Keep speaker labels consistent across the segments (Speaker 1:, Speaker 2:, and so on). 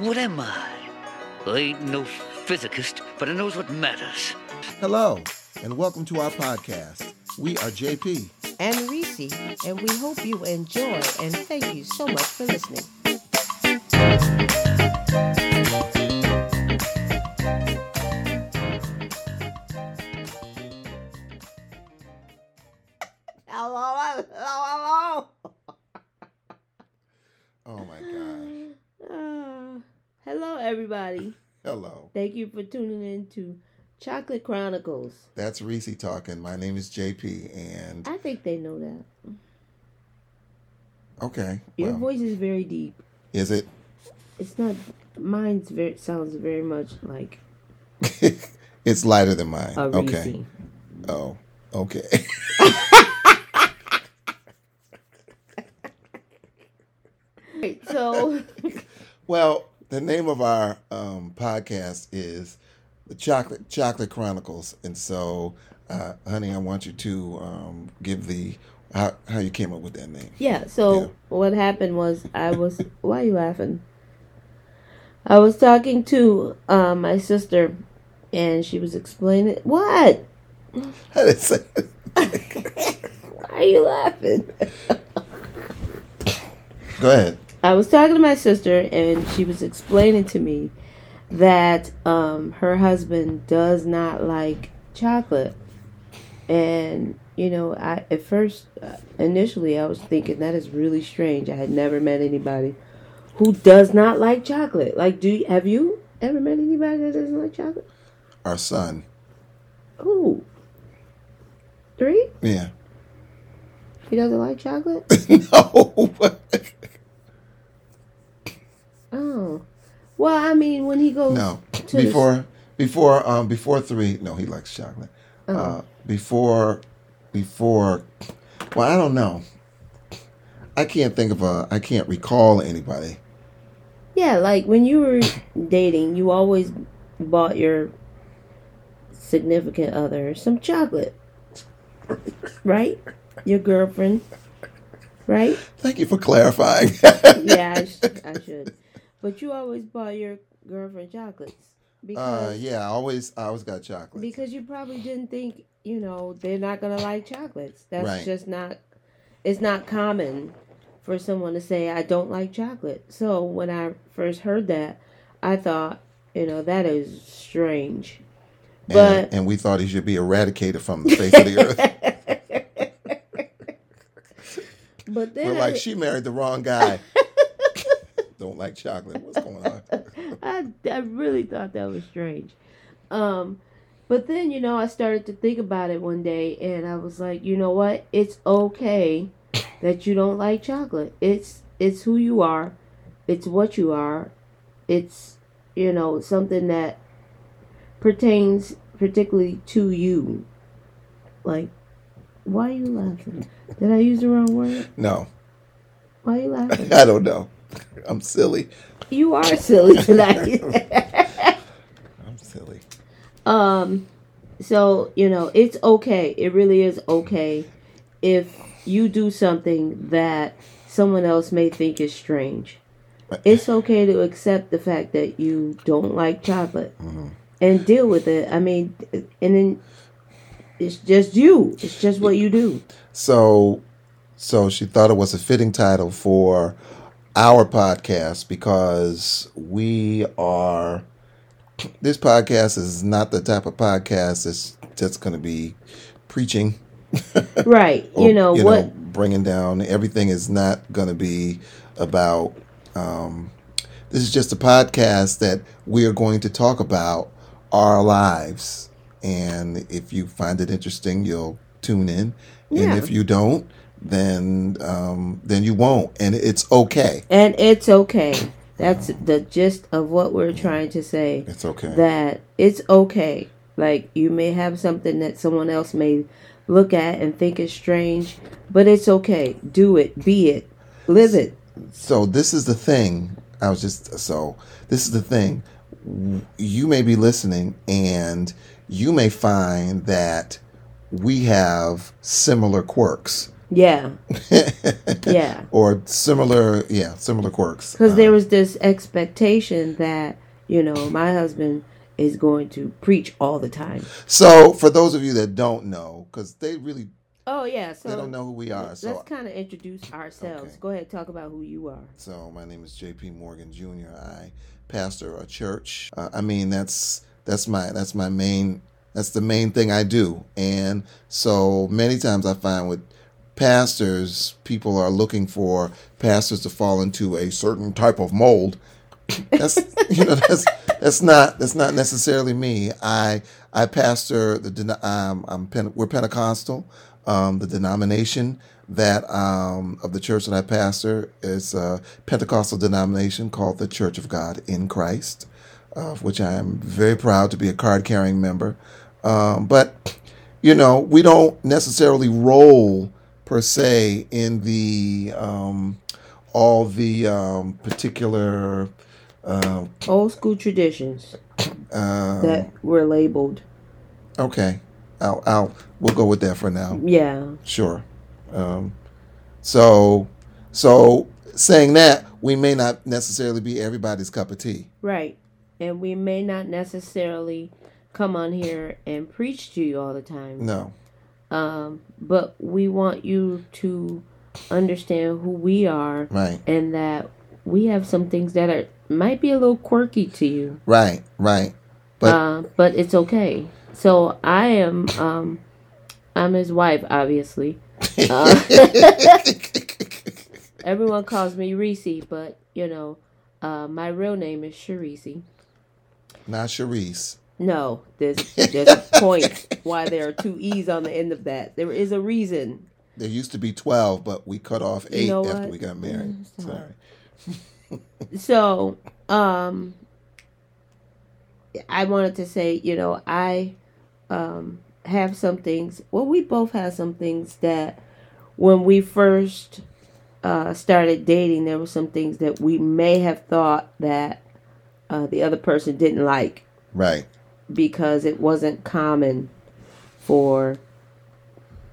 Speaker 1: What am I? I ain't no physicist, but I knows what matters.
Speaker 2: Hello, and welcome to our podcast. We are JP.
Speaker 3: and Reese, and we hope you enjoy and thank you so much for listening. Hello, hello,
Speaker 2: Oh my gosh.
Speaker 3: hello. Uh, hello, everybody.
Speaker 2: Hello.
Speaker 3: Thank you for tuning in to Chocolate Chronicles.
Speaker 2: That's Reese talking. My name is JP, and
Speaker 3: I think they know that.
Speaker 2: okay.
Speaker 3: Your
Speaker 2: Well,
Speaker 3: voice is very deep.
Speaker 2: is it?
Speaker 3: It's not. Mine's very sounds very much like
Speaker 2: it's lighter than mine.
Speaker 3: a
Speaker 2: okay.
Speaker 3: Reese.
Speaker 2: Oh, okay.
Speaker 3: Right, so
Speaker 2: well, the name of our um, podcast is the Chocolate Chocolate Chronicles, and so, uh, honey, I want you to um, give the how, how you came up with that name.
Speaker 3: yeah, so
Speaker 2: Yeah.
Speaker 3: what happened was I was why are you laughing? I was talking to uh, my sister, and she was explaining what.
Speaker 2: How did I say?
Speaker 3: Why are you laughing?
Speaker 2: Go ahead.
Speaker 3: I was talking to my sister, and she was explaining to me that um, her husband does not like chocolate. And you know, I at first, uh, initially, I was thinking that is really strange. I had never met anybody who does not like chocolate. Like, do you, have you ever met anybody that doesn't like chocolate?
Speaker 2: Our son.
Speaker 3: Ooh, three.
Speaker 2: Yeah.
Speaker 3: He doesn't like chocolate.
Speaker 2: no.
Speaker 3: Oh, well, I mean, when he goes
Speaker 2: no.
Speaker 3: to the-
Speaker 2: Before before um before three. No, he likes chocolate.
Speaker 3: Oh.
Speaker 2: Uh, before before. Well, I don't know. I can't think of a. I can't recall anybody.
Speaker 3: Yeah, like when you were dating, you always bought your significant other some chocolate. Right? Your girlfriend. Right?
Speaker 2: Thank you for clarifying.
Speaker 3: Yeah, I, sh- I should. But you always bought your girlfriend chocolates.
Speaker 2: uh,
Speaker 3: Because,
Speaker 2: yeah, I always I always got chocolate.
Speaker 3: because you probably didn't think, you know, they're not going to like chocolates. That's
Speaker 2: Right.
Speaker 3: just not, it's not common for someone to say, I don't like chocolate. So when I first heard that, I thought, you know, that is strange.
Speaker 2: and,
Speaker 3: but-
Speaker 2: and we thought he should be eradicated from the face of the earth.
Speaker 3: But then
Speaker 2: We're
Speaker 3: I,
Speaker 2: like, she married the wrong guy. Don't like chocolate. What's going on?
Speaker 3: I, I really thought that was strange. Um, but then, you know, I started to think about it one day and I was like, you know what? It's okay that you don't like chocolate. It's it's who you are. It's what you are. It's you know, something that pertains particularly to you. Like why are you laughing? Did I use the wrong word?
Speaker 2: No,
Speaker 3: Why are you laughing?
Speaker 2: I don't know. I'm silly.
Speaker 3: You are silly tonight.
Speaker 2: I'm silly.
Speaker 3: Um, so you know, it's okay. It really is okay if you do something that someone else may think is strange. It's okay to accept the fact that you don't like chocolate and deal with it. I mean, and then it's just you. It's just what you do.
Speaker 2: So, so she thought it was a fitting title for our podcast because we are. This podcast is not the type of podcast that's that's going to be preaching.
Speaker 3: Right.
Speaker 2: or,
Speaker 3: you know what
Speaker 2: bringing down everything is not going to be about. Um, this is just a podcast that we are going to talk about our lives, and if you find it interesting, you'll tune in,
Speaker 3: Yeah.
Speaker 2: and if you don't, then um, then you won't, and it's okay.
Speaker 3: and it's okay. That's the gist of what we're trying to say.
Speaker 2: It's okay.
Speaker 3: that it's okay. Like you may have something that someone else may look at and think is strange, but it's okay. Do it, be it, live it.
Speaker 2: so this is the thing i was just so this is the thing you may be listening and you may find that we have similar quirks
Speaker 3: Yeah, yeah.
Speaker 2: or similar, yeah, similar quirks.
Speaker 3: Because there
Speaker 2: Um,
Speaker 3: was this expectation that, you know, my husband is going to preach all the time.
Speaker 2: so for those of you that don't know, because they really
Speaker 3: Oh, yeah. So
Speaker 2: they don't know who we are. So
Speaker 3: let's kind of introduce ourselves.
Speaker 2: Okay.
Speaker 3: Go ahead, talk about who you are.
Speaker 2: So my name is J.P. Morgan Jr. I pastor a church. Uh, I mean, that's that's my that's my main that's the main thing I do. And so many times I find with pastors, people are looking for pastors to fall into a certain type of mold. That's you know that's that's not that's not necessarily me. I I pastor the den- um, I'm Pen- we're Pentecostal. Um, the denomination that um, of the church that I pastor is a Pentecostal denomination called the Church of God in Christ, of which I am very proud to be a card carrying member. Um, but you know we don't necessarily roll per se in the um, all the um, particular uh,
Speaker 3: Old school traditions
Speaker 2: um,
Speaker 3: that were labeled.
Speaker 2: okay I'll, I'll we'll go with that for now
Speaker 3: Yeah.
Speaker 2: sure um, so so saying that we may not necessarily be everybody's cup of tea
Speaker 3: Right. And we may not necessarily come on here and preach to you all the time.
Speaker 2: no
Speaker 3: Um, but we want you to understand who we are
Speaker 2: right
Speaker 3: and that we have some things that are might be a little quirky to you.
Speaker 2: right right But-
Speaker 3: uh, but it's okay. So I am um I'm his wife, obviously. Uh, Everyone calls me Reese, but you know, uh, my real name is Sharice.
Speaker 2: not Charisse
Speaker 3: No, there's there's a point why there are two E's on the end of that. There is a reason.
Speaker 2: there used to be 12 but we cut off 8
Speaker 3: know
Speaker 2: after
Speaker 3: what?
Speaker 2: we got married
Speaker 3: Mm, sorry.
Speaker 2: sorry
Speaker 3: So, um I wanted to say, you know, I um have some things. Well, we both have some things that when we first uh started dating, there were some things that we may have thought that uh the other person didn't like.
Speaker 2: right
Speaker 3: because it wasn't common for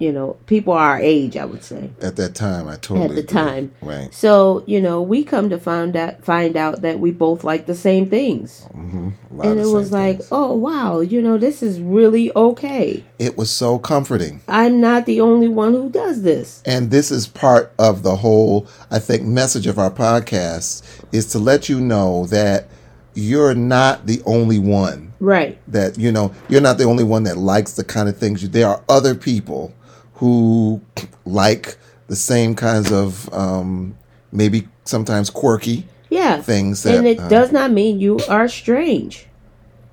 Speaker 3: you know people our age i would say
Speaker 2: at that time i totally
Speaker 3: at the
Speaker 2: agree.
Speaker 3: time
Speaker 2: right
Speaker 3: so you know we come to find out find out that we both like the same things
Speaker 2: hmm
Speaker 3: and it was like oh wow you know this is really okay
Speaker 2: it was so comforting
Speaker 3: i'm not the only one who does this
Speaker 2: And this is part of the whole, I think, message of our podcast is to let you know that you're not the only one
Speaker 3: right
Speaker 2: that, you know, you're not the only one that likes the kind of things you, there are other people who like the same kinds of, um, maybe sometimes quirky
Speaker 3: yeah
Speaker 2: things that,
Speaker 3: and it
Speaker 2: uh,
Speaker 3: does not mean you are strange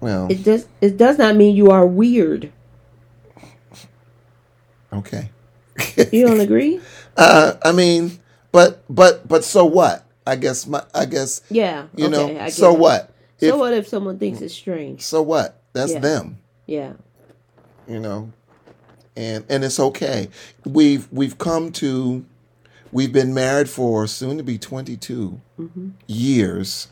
Speaker 2: well,
Speaker 3: it does it does not mean you are weird
Speaker 2: okay.
Speaker 3: you don't agree
Speaker 2: Uh, I mean, but, but, but so what? I guess my, I guess,
Speaker 3: yeah
Speaker 2: you know,
Speaker 3: okay, I get
Speaker 2: so
Speaker 3: it.
Speaker 2: what?
Speaker 3: so
Speaker 2: If- Mm.
Speaker 3: what if someone thinks it's strange
Speaker 2: So what? That's
Speaker 3: Yeah.
Speaker 2: them.
Speaker 3: yeah
Speaker 2: you know and and it's okay we've we've come to we've been married for soon to be 22 years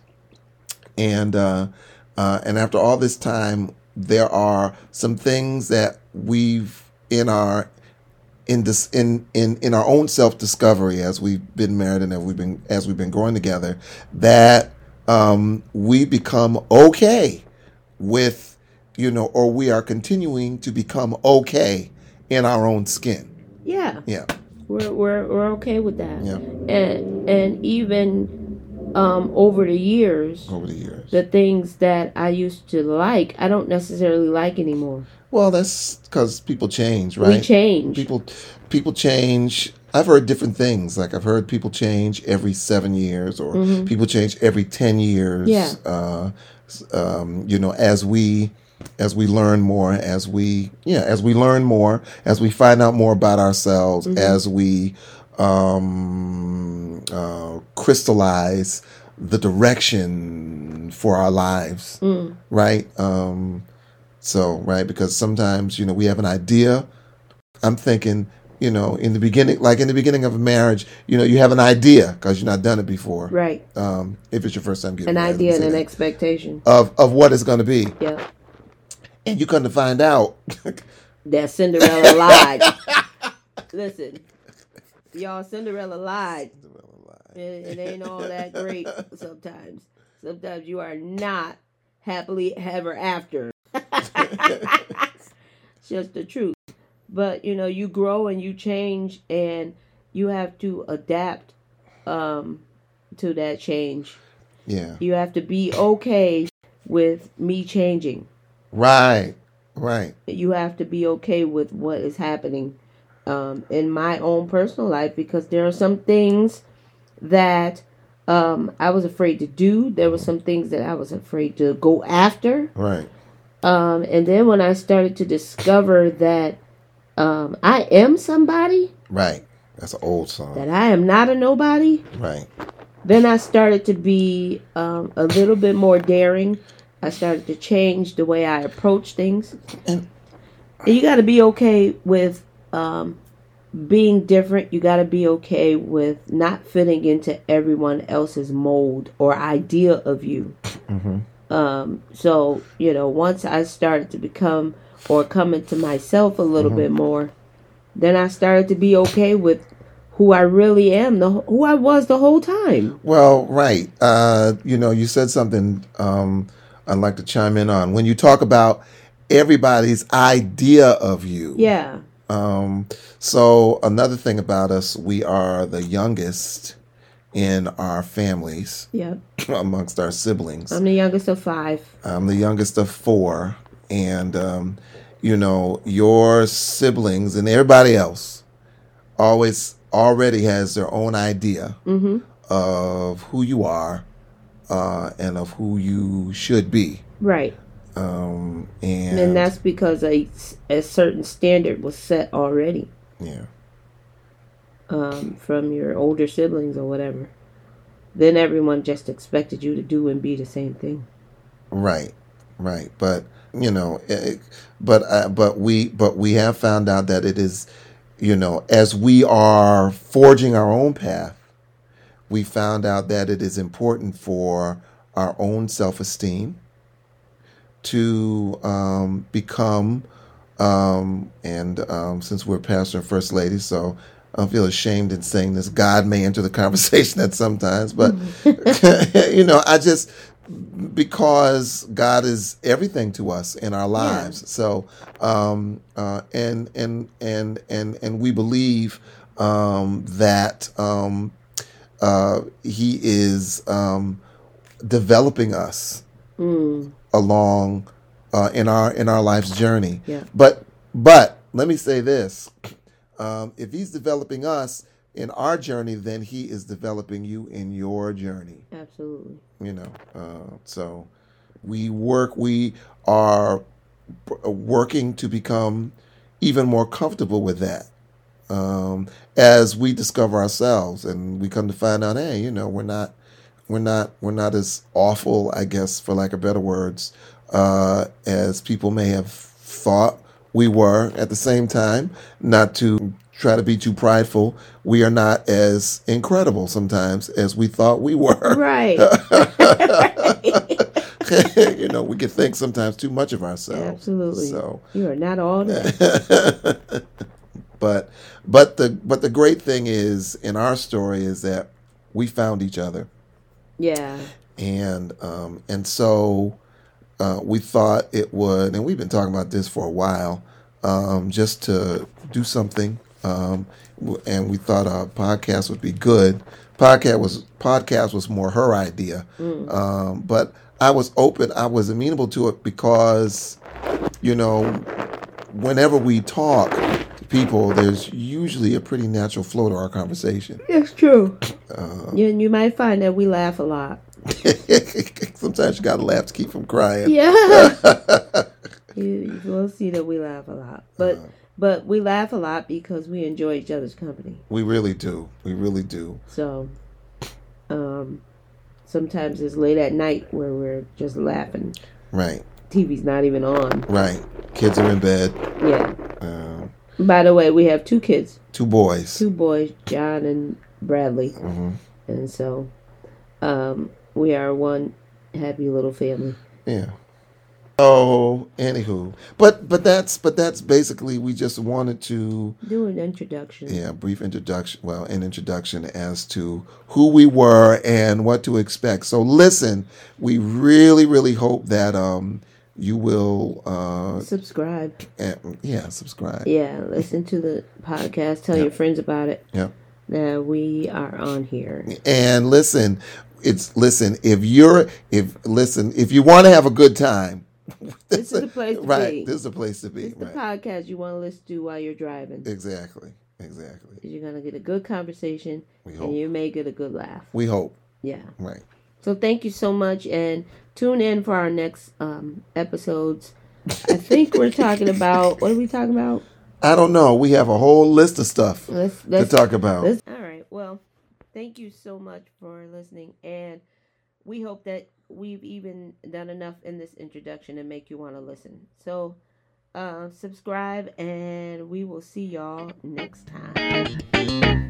Speaker 2: and uh, uh and after all this time there are some things that we've in our in this in in in our own self discovery as we've been married and as we've been as we've been growing together that um we become okay with you know or we are continuing to become okay in our own skin
Speaker 3: yeah
Speaker 2: yeah
Speaker 3: we're we're, we're okay with that.
Speaker 2: Yeah.
Speaker 3: And and even um, over the years,
Speaker 2: over the years
Speaker 3: the things that I used to like, I don't necessarily like anymore.
Speaker 2: well that's because people change right
Speaker 3: We change.
Speaker 2: people people change i've heard different things like i've heard people change every seven years or people change every 10 years
Speaker 3: Mm-hmm. Yeah.
Speaker 2: uh, s- um, you know as we as we learn more as we yeah as we learn more as we find out more about ourselves
Speaker 3: Mm-hmm.
Speaker 2: as we um, uh, crystallize the direction for our lives
Speaker 3: Mm.
Speaker 2: right um, so right because sometimes you know we have an idea I'm thinking, you know, in the beginning, like in the beginning of a marriage, you know, you have an idea because you've not done it before.
Speaker 3: right.
Speaker 2: Um, if it's your first time getting
Speaker 3: An
Speaker 2: married, let me
Speaker 3: idea and
Speaker 2: say
Speaker 3: an
Speaker 2: that.
Speaker 3: expectation.
Speaker 2: of of what it's going to be,
Speaker 3: Yeah.
Speaker 2: and you come to find out,
Speaker 3: That Cinderella lied. Listen, y'all Cinderella lied.
Speaker 2: Cinderella lied.
Speaker 3: It, it ain't all that great sometimes. Sometimes you are not happily ever after. it's just the truth. But you know, you grow and you change, and you have to adapt um, to that change.
Speaker 2: Yeah.
Speaker 3: You have to be okay with me changing.
Speaker 2: Right. Right.
Speaker 3: You have to be okay with what is happening um, in my own personal life because there are some things that um, I was afraid to do. There were some things that I was afraid to go after.
Speaker 2: Right.
Speaker 3: Um, and then when I started to discover that um, I am somebody,
Speaker 2: Right. That's an old
Speaker 3: that
Speaker 2: song.
Speaker 3: I am not a nobody,
Speaker 2: Right.
Speaker 3: then I started to be um, a little bit more daring. I started to change the way I approach things.
Speaker 2: And-
Speaker 3: And you got to be okay with um, being different. You got to be okay with not fitting into everyone else's mold or idea of you.
Speaker 2: Mm-hmm.
Speaker 3: Um, so, you know, once I started to become or come into myself a little bit more, then I started to be okay with who I really am, the who I was the whole time.
Speaker 2: Well, right. Uh, you know, you said something um, I'd like to chime in on. When you talk about everybody's idea of you.
Speaker 3: Yeah.
Speaker 2: Um, so, another thing about us, we are the youngest in our families
Speaker 3: Yep.
Speaker 2: amongst our siblings.
Speaker 3: I'm the youngest of five.
Speaker 2: I'm the youngest of four, and um, you know your siblings and everybody else always already has their own idea
Speaker 3: Mm-hmm.
Speaker 2: of who you are uh, and of who you should be,
Speaker 3: Right.
Speaker 2: um, and,
Speaker 3: And that's because a, a certain standard was set already
Speaker 2: yeah,
Speaker 3: um, from your older siblings or whatever. Then everyone just expected you to do and be the same thing.
Speaker 2: right, right. But you know, it, it- but uh, but we but we have found out that it is, you know, as we are forging our own path. we found out that it is important for our own self esteem to um, become, um, and um, since we're pastor and first lady, so I feel ashamed in saying this. God may enter the conversation at sometimes, but you know, I just because God is everything to us in our lives. So, um, uh, and and and and and we believe um, that um, uh, he is um, developing us
Speaker 3: Mm.
Speaker 2: along uh, in our in our life's journey.
Speaker 3: Yeah.
Speaker 2: But but let me say this: um, if he's developing us in our journey, then he is developing you in your journey.
Speaker 3: Absolutely.
Speaker 2: You know, uh, so we work. We are b- uh, working to become even more comfortable with that. Um, as we discover ourselves, and we come to find out, hey, you know, we're not, we're not, we're not as awful, I guess, for lack of better words, uh, as people may have thought we were. At the same time, not to try to be too prideful, we are not as incredible sometimes as we thought we were.
Speaker 3: Right.
Speaker 2: you know, we can think sometimes too much of ourselves.
Speaker 3: Absolutely.
Speaker 2: So,
Speaker 3: You are not all that.
Speaker 2: but but the but the great thing is in our story is that we found each other,
Speaker 3: Yeah.
Speaker 2: and um, and so uh, we thought it would, and we've been talking about this for a while, um, just to do something. Um, w- and we thought our podcast would be good. Podcast was podcast was more her idea, um, but I was open. I was amenable to it because, you know, whenever we talk to people, there's usually a pretty natural flow to our conversation.
Speaker 3: It's true.
Speaker 2: Uh,
Speaker 3: You, you might find that we laugh a lot.
Speaker 2: sometimes you gotta laugh to keep from crying.
Speaker 3: Yeah. you, you will see that we laugh a lot. But
Speaker 2: Uh-huh.
Speaker 3: but we laugh a lot because we enjoy each other's company.
Speaker 2: We really do. We really do.
Speaker 3: So um sometimes it's late at night where we're just laughing.
Speaker 2: Right.
Speaker 3: TV's not even on.
Speaker 2: Right. Kids are in bed.
Speaker 3: Yeah.
Speaker 2: Um,
Speaker 3: By the way, we have two kids,
Speaker 2: two boys.
Speaker 3: two boys, John and Bradley.
Speaker 2: Mhm.
Speaker 3: And so um we are one happy little family.
Speaker 2: Yeah. So, anywho, but but that's but that's basically we just wanted to
Speaker 3: Do an introduction.
Speaker 2: yeah brief introduction well an introduction as to who we were and what to expect. So listen, we really really hope that um you will uh
Speaker 3: Subscribe.
Speaker 2: and, yeah subscribe
Speaker 3: Yeah, listen to the podcast. Tell your friends about it.
Speaker 2: yeah.
Speaker 3: That we are on here.
Speaker 2: And listen, it's listen, if you're if listen, if you want to have a good time,
Speaker 3: This is the place to
Speaker 2: right,
Speaker 3: be.
Speaker 2: this is the place to be.
Speaker 3: It's the
Speaker 2: right.
Speaker 3: podcast you want to listen to while you're driving.
Speaker 2: exactly. Exactly.
Speaker 3: You're gonna get a good conversation,
Speaker 2: We hope.
Speaker 3: and you may get a good laugh.
Speaker 2: We hope.
Speaker 3: Yeah.
Speaker 2: Right.
Speaker 3: So thank you so much, and tune in for our next um, episodes. I think we're talking about what are we talking about?
Speaker 2: I don't know. We have a whole list of stuff
Speaker 3: Let's
Speaker 2: to
Speaker 3: let's,
Speaker 2: talk about.
Speaker 3: let's. All right. Well, thank you so much for listening, and we hope that we've even done enough in this introduction to make you want to listen. So uh, subscribe, and we will see y'all next time.